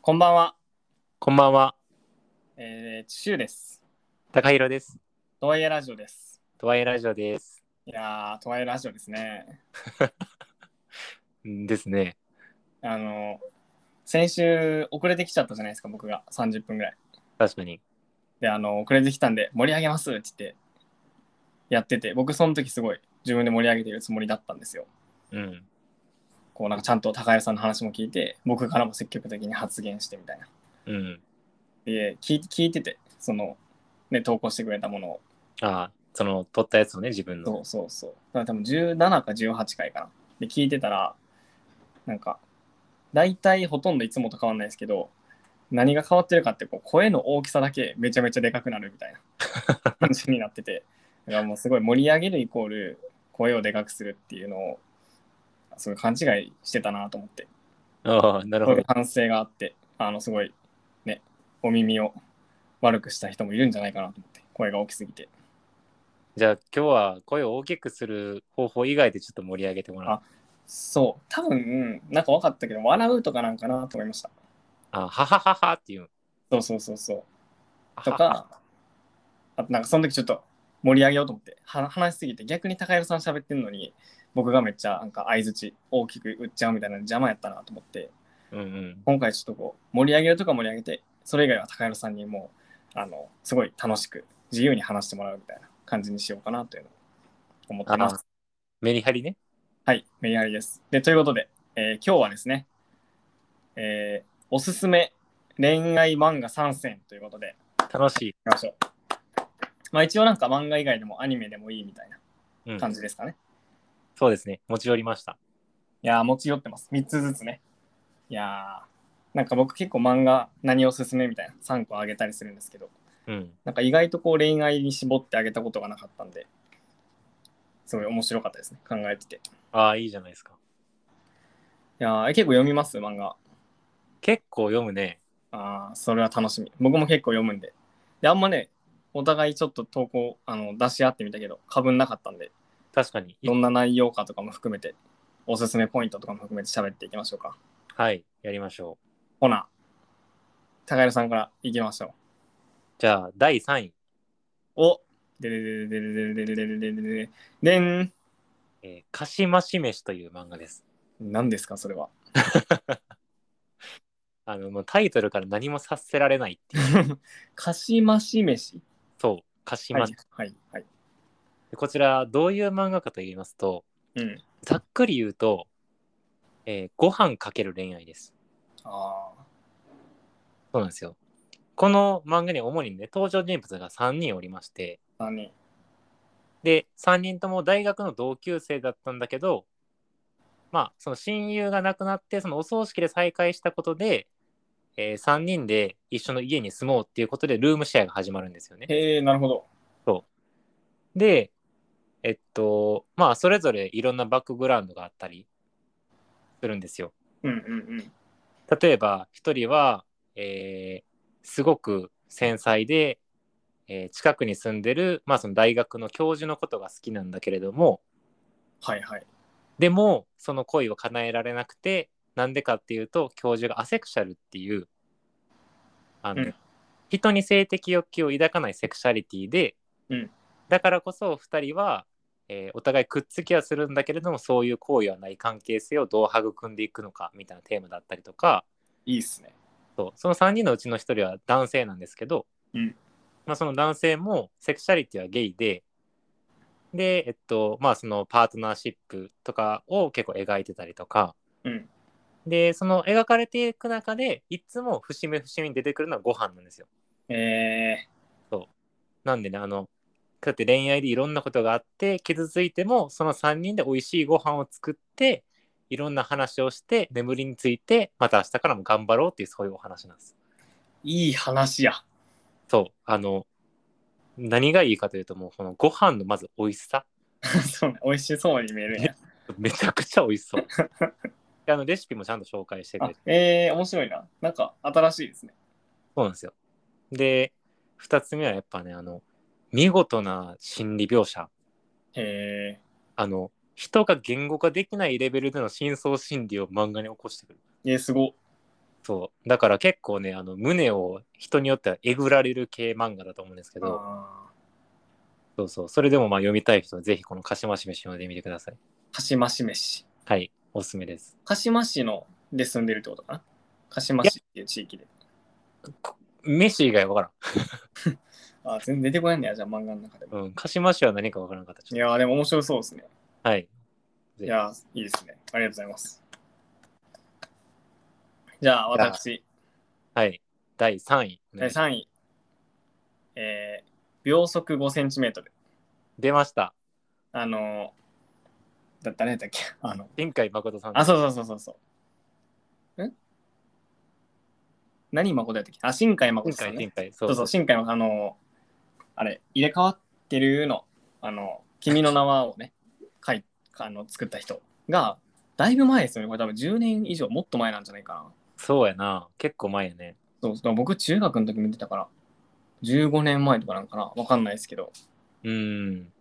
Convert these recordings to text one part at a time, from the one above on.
こんばんは、こんばんは、えー、シュウです。高弘です。トワイエラジオです。トワイラジオです。いやー、トワイエラジオですね。んですね。あの、先週遅れてきちゃったじゃないですか、僕が30分ぐらい。確かに。で、あの、遅れてきたんで盛り上げますって言って、やってて、僕その時すごい自分で盛り上げてるつもりだったんですよ。うん。こうなんかちゃんと高谷さんの話も聞いて、僕からも積極的に発言してみたいな。うん。で、聞い聞いてて、その、ね、投稿してくれたものを。ああ、その、撮ったやつをね、自分その。うそうそう。だから多分17か18回かな。で聞いてたら、なんか、大体ほとんどいつもと変わんないですけど、何が変わってるかってこう声の大きさだけめちゃめちゃでかくなるみたい な感じになってて、だからもうすごい盛り上げるイコール声をでかくするっていうのを、すごい勘違いしてたなと思って、ああ、なるそうほいどう。反省があって、あの、すごいね、お耳を悪くした人もいるんじゃないかなと思って、声が大きすぎて。じゃあ、今日は声を大きくする方法以外でちょっと盛り上げてもらう。そう、多分、なんか分かったけど、笑うとかなんかなと思いました。ああ、ははははっていう。そうそうそうそう。とはは。か、あとなんかその時ちょっと盛り上げようと思って、は話しすぎて、逆に高弘さん喋ってんのに、僕がめっちゃなんか相づち大きく打っちゃうみたいな邪魔やったなと思って、うんうん。今回ちょっとこう、盛り上げるとか盛り上げて、それ以外は高弘さんにもう、あの、すごい楽しく、自由に話してもらうみたいな感じにしようかなというのを思ってあますあ。、メリハリね。はい、メリハリです。で、ということで、えー今日はですね、えーおすすめ恋愛漫画3選ということで、楽しい。いきましょう。まあ一応なんか漫画以外でもアニメでもいいみたいうんな、感じですかね。そうですね。持ち寄りました。いやー、持ち寄ってます。3つずつね。いやー、なんか僕結構漫画何おすすめみたいな3個あげたりするんですけど、うん。なんか意外とこう恋愛に絞ってあげたことがなかったんで、すごい面白かったですね、考えてて。いああ、いいじゃないですか。やー、結構読みます、漫画。結構読むね。ああ、それは楽しみ。僕も結構読むんで。で、あんまね、お互いちょっと投稿あの出し合ってみたけど、かぶんなかったんで、確かに。いどんな内容かとかも含めて、おすすめポイントとかも含めて喋っていきましょうか。はい。やりましょう。ほな、高弘さんからいきましょう。じゃあ、第3位。おでれれれれれれれれれれれれでんえー、かしまし飯という漫画です。何ですか、それは。 あの、もうタイトルから何も察せられないっていう。かしまし飯そう、かしはまいし、はい、はい。でこちら、どういう漫画かと言いますと、うん。ざっくり言うと、えーご飯かける恋愛です。ああ、そうなんですよ。この漫画には主にね、登場人物が3人おりまして、何で、3人とも大学の同級生だったんだけど、まあ、その親友が亡くなって、そのお葬式で再会したことで、え3人で一緒の家に住もうっていうことで、ルームシェアが始まるんですよね。へえ、なるほど。で、えっと、まあ、それぞれいろんなバックグラウンドがあったりするんですよ。うんうん例えば、一人は、えーすごく繊細で、えー近くに住んでる、まあ、その大学の教授のことが好きなんだけれども、はいはい。でも、その恋を叶えられなくて、なんでかっていうと、教授がアセクシャルっていう、あの、うん人に性的欲求を抱かないセクシャリティで、うんだからこそ二人は、えーお互いくっつきはするんだけれども、そういう行為はない関係性をどう育んでいくのかみたいなテーマだったりとか、いいっすね。そうその3人のうちの1人は男性なんですけど、うんまあ、その男性もセクシャリティはゲイでで、えっとまあ、そのパートナーシップとかを結構描いてたりとかうん。でその描かれていく中でいつも節目節目に出てくるのはご飯なんですよ。えー、なんでねあのだって恋愛でいろんなことがあって傷ついてもその3人で美味しいご飯を作っていろんな話をして眠りについてまた明日からも頑張ろうっていうそういうお話なんです。いい話や。 そう、あの、何がいいかというと、もうこのご飯のまず美味しさ、そうね、美味しそうに見えるね。めちゃくちゃ美味し そう。であのレシピもちゃんと紹介してくあれて、えー、面白いな。なんか新しいですね。そうなんですよ。で、2つ目はやっぱね、あの、見事な心理描写。へあの、人が言語化できないレベルでの深層心理を漫画に起こしてくる。ー、えー、すご。そう。だから結構ね、あの、胸を人によってはえぐられる系漫画だと思うんですけど、あそうそう。それでもまあ読みたい人はぜひこの鹿島市飯を読んでみてください。ー鹿島市飯。はい。おすすめです。鹿島市ので住んでるってことかな鹿島市っていう地域で。飯以外わかあー全然出てこないんだよ、じゃあ漫画の中でも。らん。うん。鹿島市は何かわからなかった。ちいょっやー、でも面白そうですね。とはい。いやー、いいですね。ありがとうございます。じゃあ、私、はい。第3位。第3位。えー秒速5センチメートル。出ました。あのー、だ誰だったっけあの、新海誠さん。あ、そうそうそうそうそう。ん何誠やったっけあ、新海誠新さん、海、ね新。海。そそううそ、そうう。新海も、あのー、あれ、入れ替わってるの、あの、君の名はをね、 書い、あの、作った人が、だいぶ前ですよね。これ多分10年以上、もっと前なんじゃないかな。そうやな。結構前やね。そうそう、僕、中学の時見てたから、15年前とかなんかな、わかんないですけど、うん。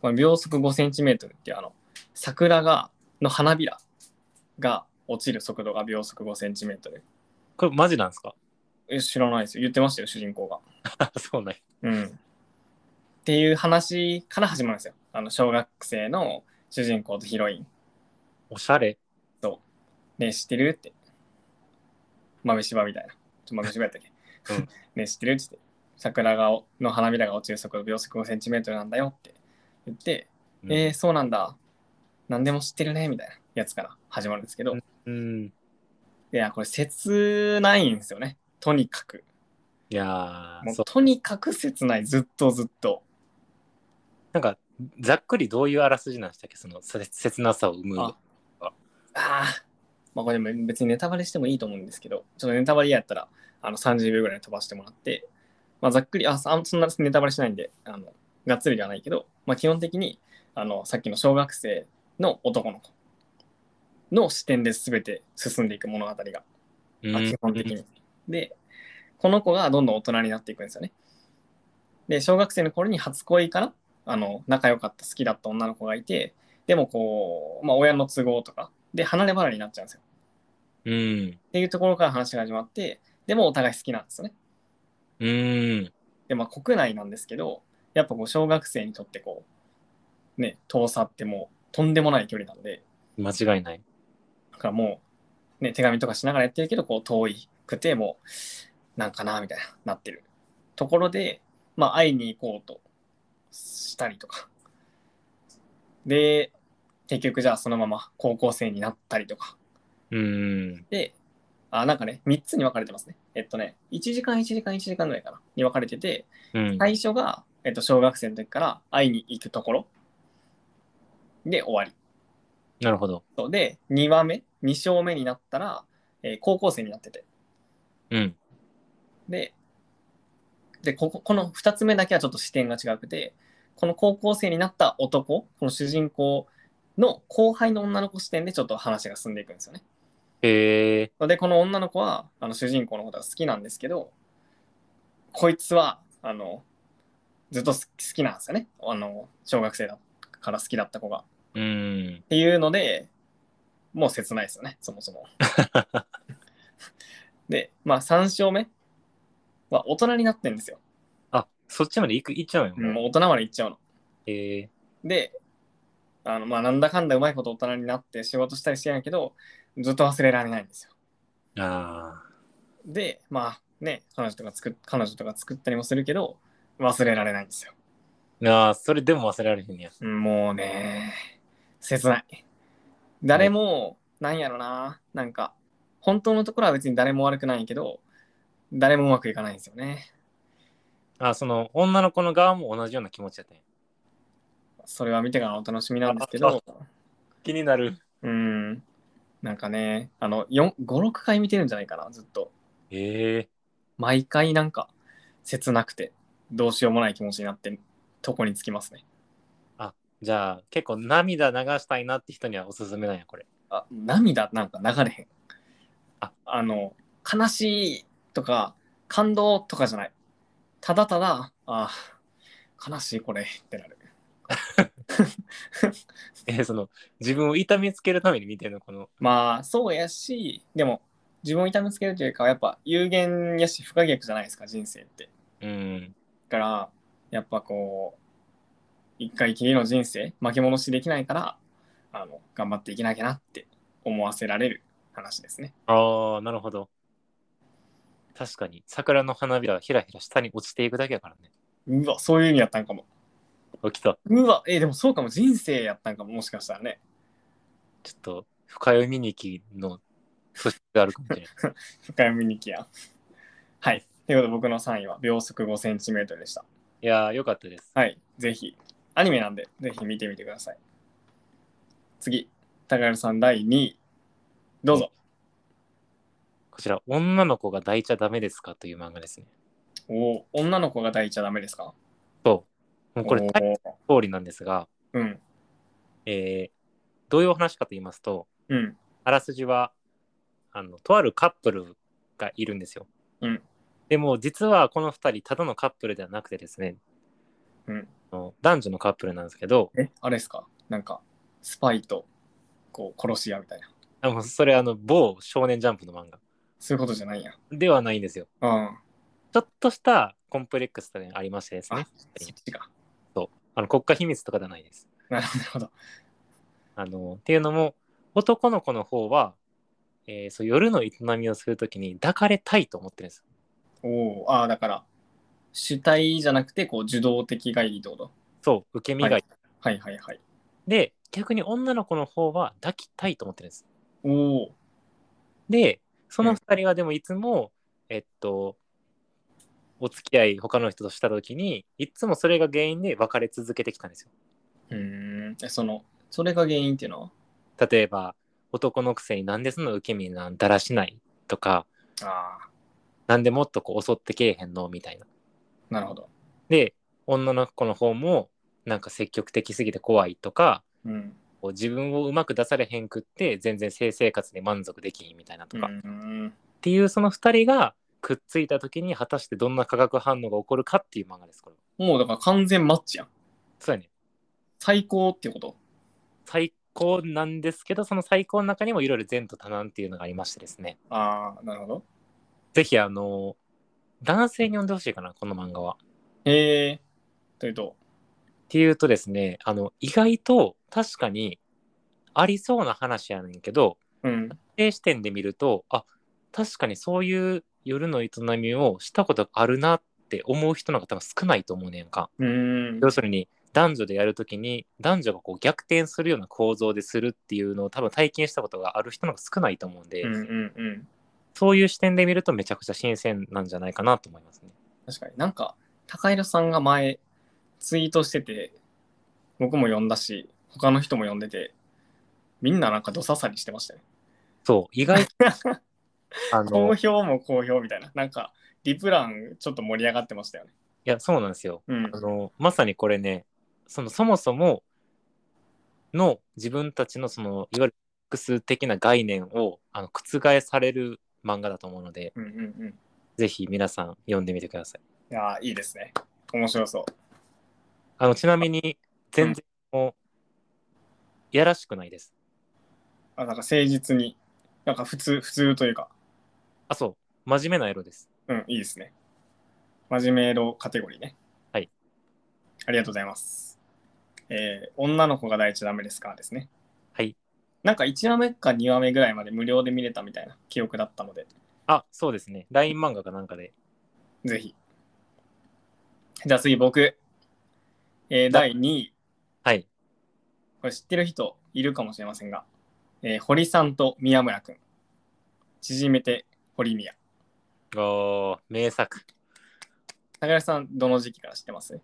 この秒速5センチメートルっていうあの桜がの花びらが落ちる速度が秒速5センチメートルこれマジなんですか え知らないですよ言ってましたよ主人公がそうなんやうんっていう話から始まるんですよあの小学生の主人公とヒロインおしゃれ。ねえ知ってるって豆柴みたいなちょ豆柴やったっけ、 うんねえ知ってるって言って桜がの花びらが落ちる速度秒速5センチメートルなんだよって言ってうんえー、そうなんだ。何でも知ってるね、みたいなやつから始まるんですけど、んいうん。や、これ切ないんですよね。とにかく。いやーもうそう。とにかく切ない、ずっとずっと。なんか、ざっくりどういうあらすじなんでしたっけその、せ切なさを生む。あああ、まあこれでも別にネタバレしてもいいと思うんですけど、ちょっとネタバレ嫌やったら、あの30秒ぐらい飛ばしてもらって、まあざっくり、あ、そそんなネタバレしないんで、あの、がっつりではないけど、まあ基本的に、あの、さっきの小学生の男の子の視点で全て進んでいく物語が。うんまあ基本的に。で、この子がどんどん大人になっていくんですよね。で、小学生の頃に初恋かなあの、仲良かった、好きだった女の子がいて、でもこう、まあ、親の都合とか、で、離れ離れになっちゃうんですよ。うん。っていうところから話が始まって、でもお互い好きなんですよね。うん。で、まあ、国内なんですけど、やっぱこう、小学生にとってこう、ね、遠さってもう、とんでもない距離なんで、間違いない。だからもう、ね、手紙とかしながらやってるけど、こう、遠いくて、もう、なんかな、みたいな、なってるところで、まあ、会いに行こうとしたりとか。で、結局、じゃあ、そのまま高校生になったりとか。うん。で、あ、なんかね、3つに分かれてますね。えっとね、1時間、1時間、1時間ぐらいかな、に分かれてて、うん。最初が、えっと、小学生の時から会いに行くところ。で、終わり。なるほど。そうで2話目2章目になったら、えー高校生になっててうん。ででこここの2つ目だけはちょっと視点が違くてこの高校生になった男この主人公の後輩の女の子視点でちょっと話が進んでいくんですよね。へえ。でこの女の子はあの主人公のことが好きなんですけどこいつはあのずっと好き好きなんですよねあの小学生だから好きだった子が。うんっ。ていうのでもう切ないですよねそもそ も。でまあ3勝目は大人になってんですよ。あ、そっちまで行く、行っちゃうんやももう。う大人まで行っちゃうの。へえ。であのまあなんだかんだうまいこと大人になって仕事したりしてんやけどずっと忘れられないんですよ。あでまあね彼女とか作っ彼女とか作ったりもするけど忘れられないんですよ。ーあー。それでも忘れられへんねや。うんもうね切ない。誰も、なんやろな、なんか、本当のところは別に誰も悪くないけど、誰もうまくいかないんですよね。あ、その、女の子の側も同じような気持ちやったんや。それは見てからお楽しみなんですけど、気になる。うん、なんかね、あの、4 5、6回見てるんじゃないかな、ずっと。へえ。毎回なんか、切なくて、どうしようもない気持ちになって、とこにつきますね。じゃあ、結構涙流したいなって人にはおすすめなんや、これ。 あ涙なんか流れへんああの悲しいとか感動とかじゃないただただあー悲しいこれってなるえーその、自分を痛みつけるために見てるの、この。まあそうやしでも自分を痛めつけるというか、やっぱ有限やし不可逆じゃないですか、人生って。うん。だから、やっぱこう、一回きりの人生、負け戻しできないから、あの、頑張っていけなきゃなって思わせられる話ですね。ああ、なるほど。確かに、桜の花びらはひらひら下に落ちていくだけやからね。うわ、そういう意味やったんかも。起きた。うわ、えーでもそうかも、人生やったんかも、もしかしたらね。ちょっと、深読みにきの素質があるかもしれない。深読みにきや。はい。ということで、僕の3位は秒速5センチメートルでした。いやー、よかったです。はい。ぜひ、アニメなんで、ぜひ見てみてください。次、高原さん第2位。どうぞ。こちら、女の子が抱いちゃダメですかという漫画ですね。おー女の子が抱いちゃダメですかそう。もうこれ、おタイートル通りなんですが、うん。えー、どういうお話かと言いますと、うん。あらすじは、あの、とあるカップルがいるんですよ。うんでも、実はこの2人、ただのカップルではなくてですね、うんあの男女のカップルなんですけど、え、あれですかなんか、スパイと、こう、殺し屋みたいな。あのそれあの某少年ジャンプの漫画そういうことじゃないんや。ではないんですよ。うん。ちょっとしたコンプレックスというのがありましてですね。そっちか。あの国家秘密とかではないです。なるほど。あのっていうのも男の子の方は、えーそう夜の営みをするときに抱かれたいと思ってるんです。おおああ、だから、主体じゃなくて、こう、受動的がいいってことそう受け身がいい、はいはいはいはい。で逆に女の子の方は抱きたいと思ってるんです。おおでその2人はでもいつも、えっとお付き合い他の人としたときにいつもそれが原因で別れ続けてきたんですよ。うーん。えその、それが原因っていうのは例えば男のくせになんでその受け身なんだらしないとかああ、なんでもっとこう襲ってけえへんのみたいな。なるほど。で女の子の方もなんか積極的すぎて怖いとかうん。こう自分をうまく出されへんくって全然性生活に満足できんみたいなうとか、っん。ていうその2人がくっついた時に果たしてどんな化学反応が起こるかっていう漫画ですこれはもうだから完全マッチやん。そうやね最高っていうこと最高なんですけどその最高の中にもいろいろ善と多難っていうのがありましてですねああ、なるほど。ぜひあの男性に読んでほしいかなこの漫画はへえ。というと、っていうとですねあの意外と確かにありそうな話やねんけどうん。定視点で見るとあ確かにそういう夜の営みをしたことがあるなって思う人の方が少ないと思うねんかうーん。要するに男女でやるときに男女がこう逆転するような構造でするっていうのを多分体験したことがある人の方が少ないと思うんで、うんうんうん。そういう視点で見るとめちゃくちゃ新鮮なんじゃないかなと思いますね。確かになんか、高井さんが前、ツイートしてて、僕も読んだし、他の人も読んでて、みんななんかどささりしてましたね。そう意 外とあの好い評も好評みたいな。なんか、リプランちょっと盛り上がってましたよね。やそうなんですよ。うんあ。のまさにこれねそのそもそもの自分たちのそのいわゆる複数的な概念をあの覆される漫画だと思うのでうんうんうん。ぜひ皆さん読んでみてくださいいやー、いいですね。面白そう。あのちなみに全然もういやらしくないですあなんか誠実に、なんか普通、普通というか、あそう真面目な色ですうん、いいですね。真面目のカテゴリーね。はい。ありがとうございます。えー女の子が第一ダメですかですね。はいなんか1話目か2話目ぐらいまで無料で見れたみたいな記憶だったので、あそうですね LINE 漫画かなんかでぜひ。じゃあ次僕。えー第2位。はいこれ知ってる人いるかもしれませんが、えー堀さんと宮村くん。縮めて堀宮。おー名作い高橋さん、どの時期から知ってます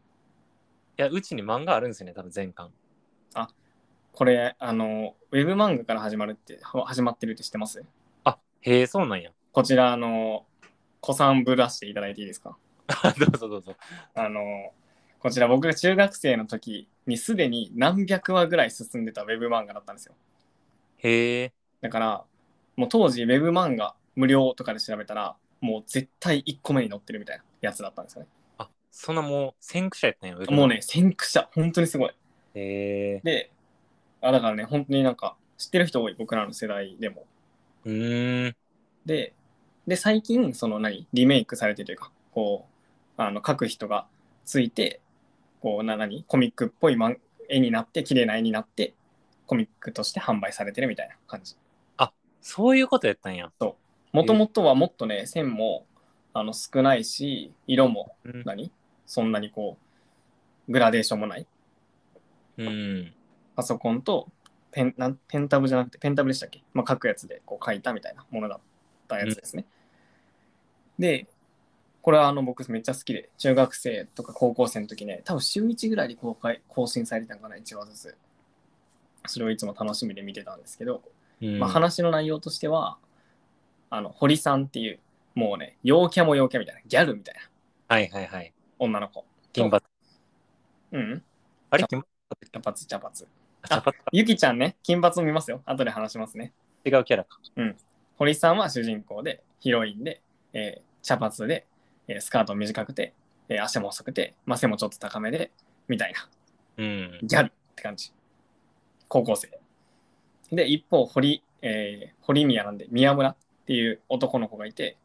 やうちに漫画あるんですよね多分全巻これ、あの、ウェブ漫画から始まるって、は始まってるって知ってますあへえそうなんや こちら、あの、子さんぶらしていただいていいですかどうぞどうぞあの、こちら僕が中学生の時にすでに何百話ぐらい進んでたウェブ漫画だったんですよ。へえだから、もう当時ウェブ漫画無料とかで調べたら、もう絶対1個目に載ってるみたいなやつだったんですよね。あそんなもう先駆者やったんやもうね、先駆者、本当にすごい。へえで、あだからね、本当になんか、知ってる人多い、僕らの世代でも。うーんでで最近その何リメイクされてというかこうあの書く人がついてこうな何コミックっぽい漫絵になって綺麗な絵になってコミックとして販売されてるみたいな感じそういうことやったんや。もともとはもっとね線もあの少ないし色もうん。何そんなにこうグラデーションもないうん、パソコンとペンなんペンタブじゃなくてペンタブでしたっけ、まあ、書くやつでこう書いたみたいなものだったやつですね。で、これはあの僕めっちゃ好きで、中学生とか高校生の時ね、多分週1ぐらいに公開更新されてたのかな、1話ずつ。それをいつも楽しみで見てたんですけど、うんまあ、話の内容としては、あの堀さんっていう、もうね、陽キャも陽キャみたいな、ギャルみたいなはいはいはい。女の子。金髪。うん、あれ金髪茶髪茶髪。茶髪かゆきちゃんね、金髪を見ますよ。後で話しますね。違うキャラか。堀さんは主人公でヒロインで、えー茶髪で、えースカート短くて、えー足も細くて、まあ、背もちょっと高めでみたいなうん。ギャルって感じ高校生で一方堀,、えー堀宮なんで宮村っていう男の子がいて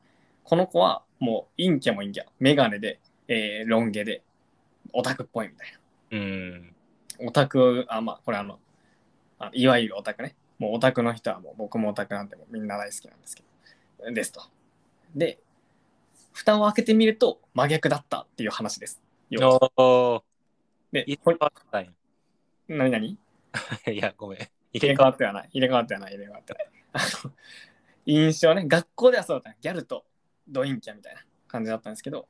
この子はもう陰キャも陰キャメガネで、えーロン毛でオタクっぽいみたいうん。なオタクあまあこれあのあいわゆるオタクねもうオタクの人はもう僕もオタクなんてもうみんな大好きなんですけどですとで蓋を開けてみると真逆だったっていう話です要はおー。でいつこれわったんや何何いや、ごめん。入れ替わってはない入れ替わってはない入れ替わってはないあの 印象ね学校ではそうだったギャルとドインキャみたいな感じだったんですけど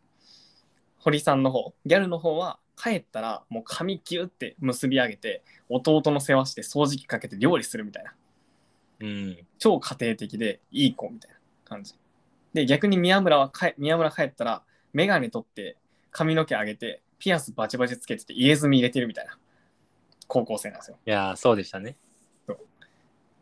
堀さんの方ギャルの方は帰ったらもう髪ギュッて結び上げて弟の世話して掃除機かけて料理するみたいなうん。超家庭的でいい子みたいな感じで逆に宮村はかえ宮村帰ったら眼鏡取って髪の毛上げてピアスバチバチつけてて家住み入れてるみたいな高校生なんですよいやー、そうでしたね。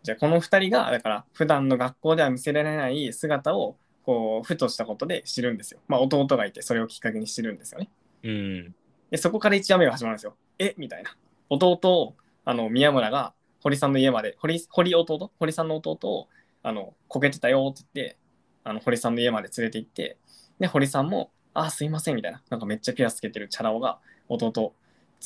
じゃあこの2人がだから普段の学校では見せられない姿をこうふとしたことで知るんですよまあ弟がいてそれをきっかけに知るんですよねうん。でそこから一話目が始まるんですよえみたいな弟をあの宮村が堀さんの家まで堀堀弟堀さんの弟をあのこけてたよって言ってあの堀さんの家まで連れて行ってで堀さんも「あーすいません」みたいななんかめっちゃピアスつけてるチャラ男が弟を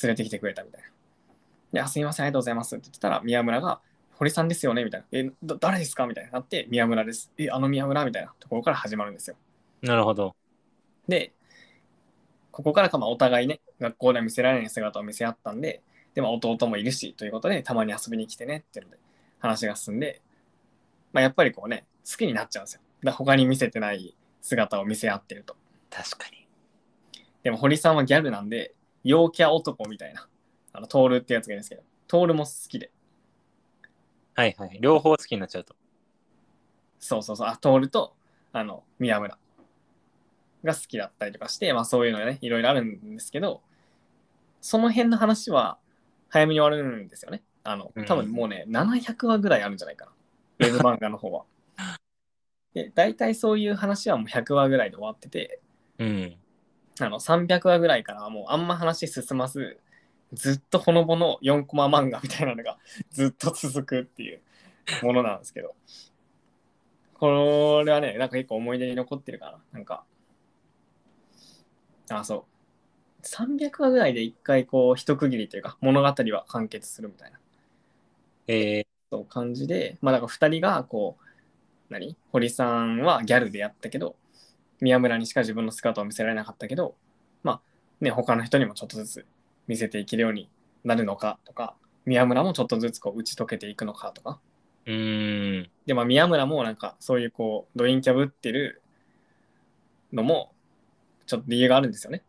連れてきてくれたみたいな「であすいませんありがとうございます」って言ってたら宮村が「堀さんですよね」みたいな「えだ誰ですか?」みたいになって「宮村です」「えあの宮村?」みたいなところから始まるんですよなるほど。で、ここからかまあお互いね、学校では見せられない姿を見せ合ったんで、でも弟もいるしということで、たまに遊びに来てねっていうので、話が進んで、まあ、やっぱりこうね、好きになっちゃうんですよ。だ他に見せてない姿を見せ合ってると。確かに。でも堀さんはギャルなんで、陽キャ男みたいな、あの、トールってやつがいるんですけど、トールも好きで、はいはい。両方好きになっちゃうと。そうそうそう、あ、トールと、あの、宮村が好きだったりとかして、まあそういうのね、いろいろあるんですけど、その辺の話は早めに終わるんですよね。あのうん、多分もうね、700話ぐらいあるんじゃないかな。ウェブ漫画の 方は。で、大体そういう話はもう100話ぐらいで終わってて、うん。あの300話ぐらいからはもうあんま話進まずずっとほのぼの4コマ漫画みたいなのが ずっと続くっていうものなんですけどこれはねなんか結構思い出に残ってるかななんかあそう300話ぐらいで一回こう一区切りというか物語は完結するみたいなえそう感じで、まあ、なんか2人がこう何堀さんはギャルでやったけど宮村にしか自分の姿を見せられなかったけどまあね他の人にもちょっとずつ見せていけるようになるのかとか宮村もちょっとずつこう打ち解けていくのかとかー、うん。でまあ宮村もなんかそういうこうドインキャブってるのもちょっと理由があるんですよね。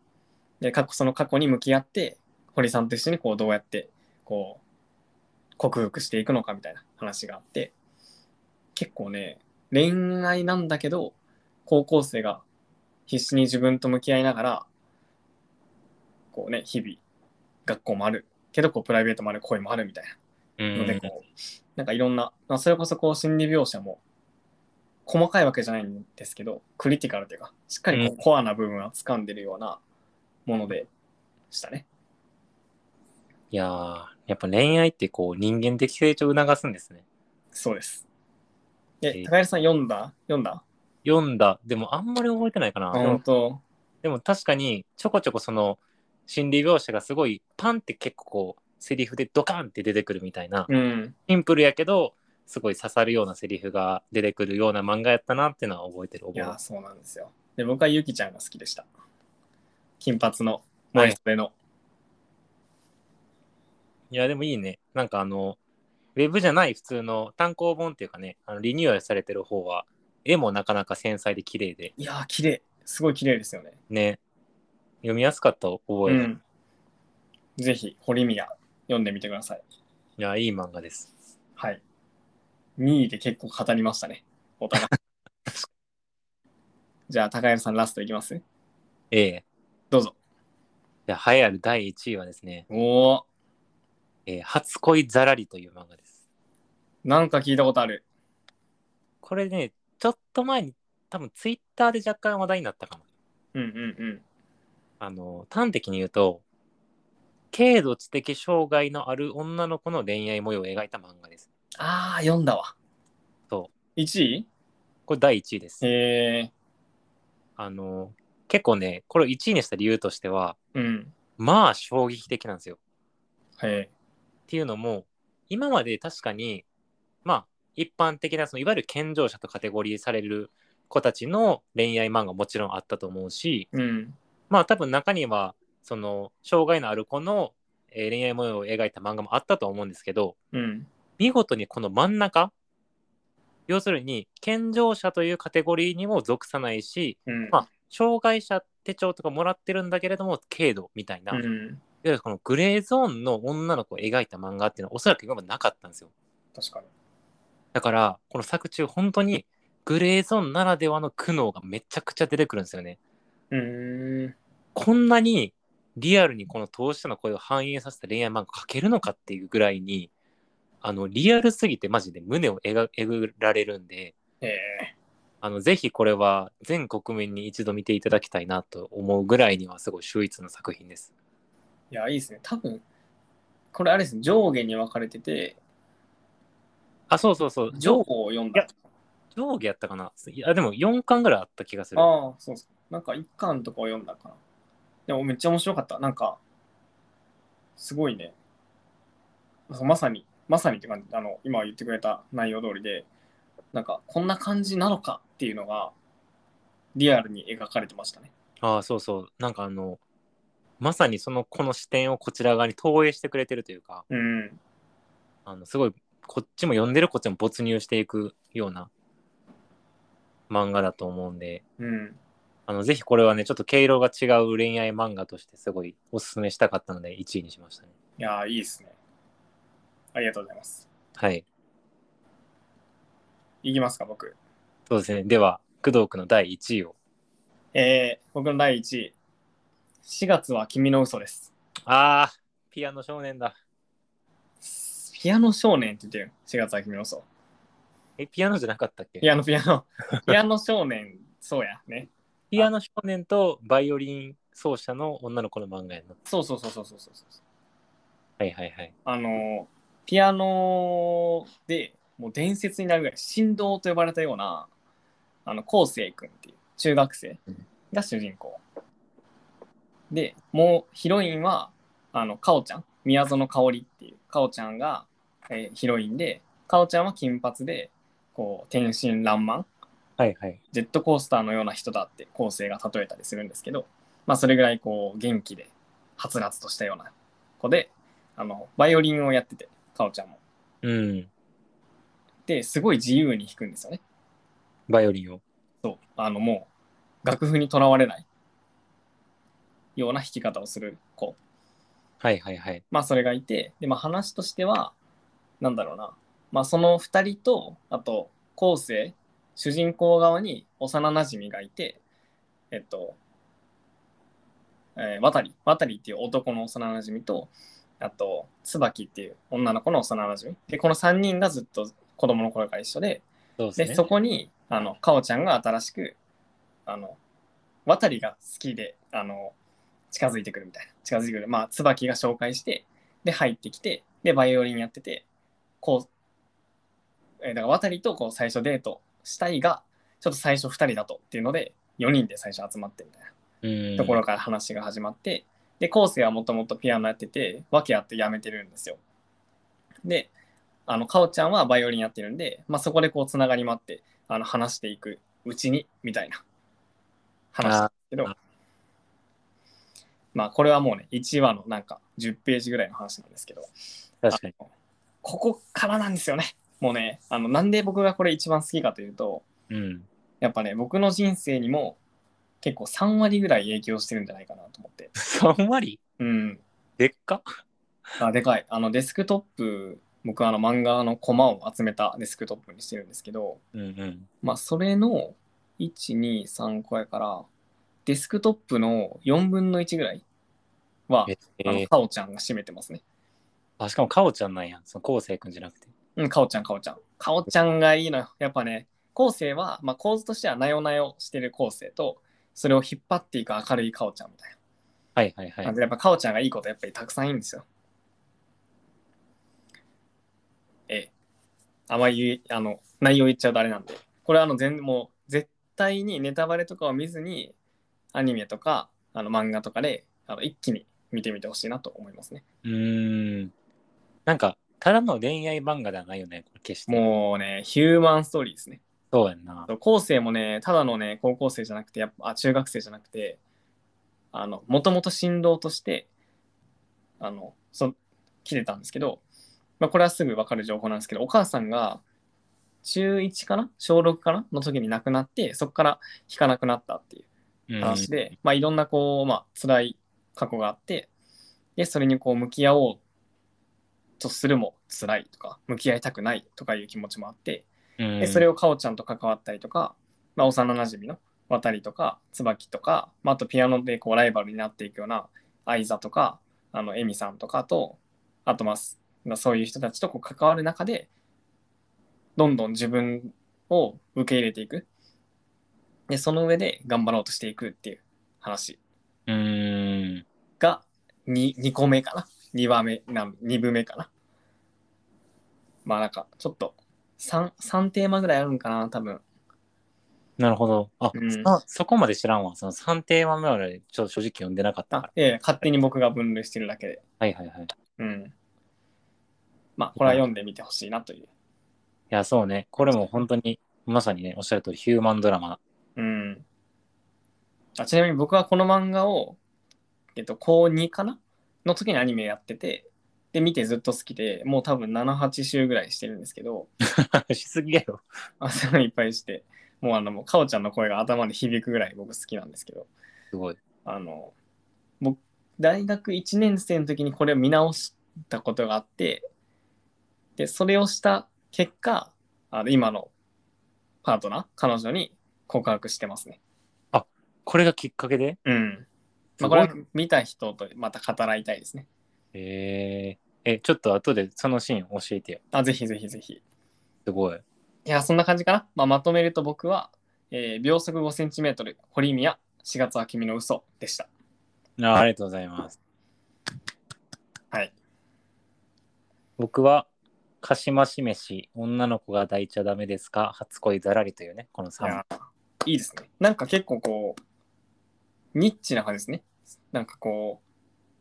で過去その過去に向き合って堀さんと一緒にこうどうやってこう克服していくのかみたいな話があって結構ね恋愛なんだけど高校生が必死に自分と向き合いながらこうね日々学校もあるけどこうプライベートもある恋もあるみたいなうのでん。こうなんかいろんな、まあ、それこそこう心理描写も細かいわけじゃないんですけどクリティカルというかしっかりこううコアな部分は掴んでるようなものでしたね。いやー、やっぱ恋愛ってこう人間的成長を促すんですね。そうです。え、高橋さん読んだ読んだ読んだ。でもあんまり覚えてないかな。あでも本当。でも確かにちょこちょこその心理描写がすごいパンって結構こうセリフでドカンって出てくるみたいなうん。シンプルやけどすごい刺さるようなセリフが出てくるような漫画やったなっていうのは覚えてるい覚えや、ます。そうなんですよ。で、僕はゆきちゃんが好きでした。金髪の、前袖の。いやでもいいね。なんかあのウェブじゃない普通の単行本っていうかねあのリニューアルされてる方は絵もなかなか繊細で綺麗でいやー、綺麗。すごい綺麗ですよね。ね読みやすかった覚うえ、いん。ぜひ、堀宮、読んでみてください。やいい漫画です。はい。2位で結構語りましたね。お互い。 じゃあ、高橋さん、ラストいきますええどうぞ。じゃあ栄えある第1位はですね、おー、えー初恋ざらりという漫画です。なんか聞いたことある。これね、ちょっと前に、多分ツイッターで若干話題になったかも。うんうんうん。あの、端的に言うと、軽度知的障害のある女の子の恋愛模様を描いた漫画です。あー、読んだわ。そ1位これ第1位です。へえ。あの、結構ね、これを1位にした理由としては、うん。まあ衝撃的なんですよ。へっていうのも、今まで確かに、まあ、一般的な、そのいわゆる健常者とカテゴリーされる子たちの恋愛漫画もちろんあったと思うし、え。うん。まあ多分中にはその障害のある子のえー恋愛模様を描いた漫画もあったと思うんですけどうん。見事にこの真ん中要するに健常者というカテゴリーにも属さないしうん。まあ障害者手帳とかもらってるんだけれども軽度みたいな、ういわん。ゆるこのグレーゾーンの女の子を描いた漫画っていうのはおそらく今までなかったんですよ確かに。だからこの作中本当にグレーゾーンならではの苦悩がめちゃくちゃ出てくるんですよねうーん。こんなにリアルにこの当事者の声を反映させた恋愛漫画描けるのかっていうぐらいにあのリアルすぎてマジで胸をえがえぐられるんでへえ。あのぜひこれは全国民に一度見ていただきたいなと思うぐらいにはすごい秀逸な作品です。いや、いいですね。多分、これあれですね、上下に分かれてて、あそうそうそう上上を読んだ。上下やったかないやでも4巻ぐらいあった気がする。ああ、そうそう。なんか一巻とかを読んだかな。でもめっちゃ面白かった。なんか、すごいね。そうまさに、まさにって感じ、あの、今言ってくれた内容通りで、なんか、こんな感じなのかっていうのが、リアルに描かれてましたね。ああそうそうなんかあのまさにそのこの視点をこちら側に投影してくれてるというかうん。あのすごいこっちも読んでるこっちも没入していくような漫画だと思うんでうん。あのぜひこれはねちょっと毛色が違う恋愛漫画としてすごいおすすめしたかったので1位にしましたねいやー、いいですね。ありがとうございます。はいいきますか、僕。そうですねでは工藤君の第1位をえー、僕の第1位。4月は君の嘘です。あーピアノ少年だピアノ少年って言ってる。4月は君の嘘。えピアノじゃなかったっ けピアノ、ピアノ。ピアノ少年、そうやね。ピアノ少年とバイオリン奏者の女の子の漫画やなそうそうそうそうそうそうそう。はいはいはいあのー、ピアノでもう伝説になるぐらい、神童と呼ばれたような、あの、昴生君っていう中学生が主人公。で、もうヒロインは、あの、かおちゃん、宮園香織っていう、かおちゃんが、えーヒロインで、かおちゃんは金髪で、こう、天真爛漫はいはいジェットコースターのような人だって構成が例えたりするんですけど、まあ、それぐらいこう元気ではつらつとしたような子であのバイオリンをやっててかおちゃんもうんですごい自由に弾くんですよねバイオリンをそうあのもう楽譜にとらわれないような弾き方をする子はいはいはいまあそれがいてで、まあ、話としてはなんだろうな、まあ、その2人とあと後世主人公側に幼なじみがいてえっと、えー、渡り渡りっていう男の幼なじみとあと椿っていう女の子の幼なじみでこの3人がずっと子供の頃から一緒でそうですねでそこにあのかおちゃんが新しくあの渡りが好きであの近づいてくるみたいな近づいてくるまあ椿が紹介してで入ってきてでバイオリンやっててこうえーだから渡りとこう最初デートしたいがちょっと最初2人だとっていうので4人で最初集まってみたいなうんところから話が始まって、で昴生はもともとピアノやってて訳あって辞めてるんですよであのかおちゃんはバイオリンやってるんで、まあ、そこでこうつながりもあってあの話していくうちにみたいな話なんですけどあまあこれはもうね1話のなんか10ページぐらいの話なんですけど確かに。あのここからなんですよねもうねあのなんで僕がこれ一番好きかというとうん。 やっぱね僕の人生にも結構3割ぐらい影響してるんじゃないかなと思って3割うんでっかあでかいあのデスクトップ僕はあの漫画のコマを集めたデスクトップにしてるんですけどうんうん。まあそれの123個やからデスクトップの4分の1ぐらいはえあーのかおちゃんが占めてますねあ、しかもかおちゃんなんや。そのこうせいくんじゃなくて。うん、かおちゃん、かおちゃん。かおちゃんがいいのよ。やっぱね、後世は、まあ、構図としてはなよなよしてる後世と、それを引っ張っていく明るいかおちゃんみたいなはいはいはい感じ。で、やっぱかおちゃんがいいことやっぱりたくさんいいんですよ。ええ。あまり言うあの内容言っちゃうとあれなんで、これはあの全もう絶対にネタバレとかを見ずに、アニメとかあの漫画とかであの一気に見てみてほしいなと思いますね。うーん。なんか、ただの恋愛漫画ではないよね、これ決して。もうね、ヒューマンストーリーですね。そうやんな。高生もねただのね高校生じゃなくてやっぱあ中学生じゃなくてあのもともと振動としてあのそ来てたんですけど、まあ、これはすぐ分かる情報なんですけどお母さんが中1かな小6かなの時に亡くなってそこから弾かなくなったっていううん話で、まあ、いろんなこう、まあ辛い過去があってでそれにこう向き合おうとするも辛いとか向き合いたくないとかいう気持ちもあって、うんでそれをかおちゃんと関わったりとか、まあ、幼なじみの渡りとか椿とか、まあ、あとピアノでこうライバルになっていくような相座とかあのエミさんとかとあとまあすまあそういう人たちとこう関わる中でどんどん自分を受け入れていくでその上で頑張ろうとしていくっていう話うーん。が 2, 2個目かな2話目なん2部目かなまあなんかちょっと 3, 3テーマぐらいあるんかな多分なるほど。あ、うんそそこまで知らんわ。その3テーマ目はねちょ正直読んでなかったかあら。いやいや勝手に僕が分類してるだけで。はいはいはい。いうん。まあ、これは読んでみてほしいなという。や、そうね。これも本当に、まさにね、おっしゃる通りヒューマンドラマ。 うん。あちなみに僕はこの漫画を、えっと、高2かなの時にアニメやってて、で、見てずっと好きで、もう多分7、8週ぐらいしてるんですけど、 しすぎやろ。あそういうのいっぱいして、もうあの、もうかおちゃんの声が頭に響くぐらい僕好きなんですけど、すごい。あの、僕、大学1年生の時にこれを見直したことがあって、で、それをした結果、あの今のパートナー、彼女に告白してますね。これがきっかけでうん。すまあ、ごこいれは見た人とまた語らいたいですね。えー、え、ちょっと後でそのシーン教えてよ。あ、ぜひぜひぜひ。すごい。いや、そんな感じかな。まあ、まとめると僕は、えー秒速5センチメートル、堀宮、4月は君の嘘でした。あありがとうございます。はい。僕は、かしまし飯、女の子が抱いちゃダメですか、初恋ざらりというね、このい3や、いいですね。なんか結構こう、ニッチな感じですね。なんかこ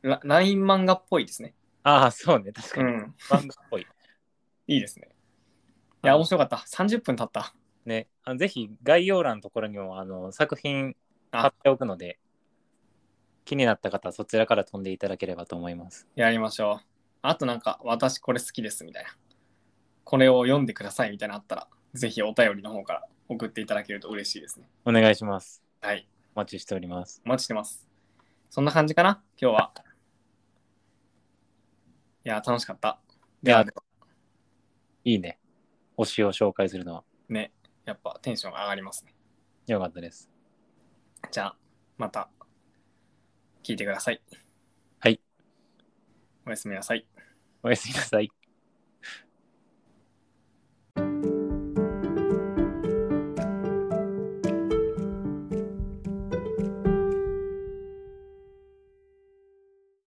う、ラライン漫画っぽいですね。ああ、そうね、確かうに。ん。漫画っぽい。いいですね。いや、面白かった。30分経った。ね、あぜひ概要欄のところにもあの作品貼っておくので、気になった方はそちらから飛んでいただければと思います。やりましょう。あとなんか、私これ好きですみたいな。これを読んでくださいみたいなのあったら、ぜひお便りの方から送っていただけると嬉しいですね。お願いします。はい。お待ちしております。お待ちしてます。そんな感じかな今日は。いや、楽しかった。いやいいね。推しを紹介するのはね、やっぱテンション上がりますね。良かったです。じゃあ、また聞いてください。はい。おやすみなさい。おやすみなさい。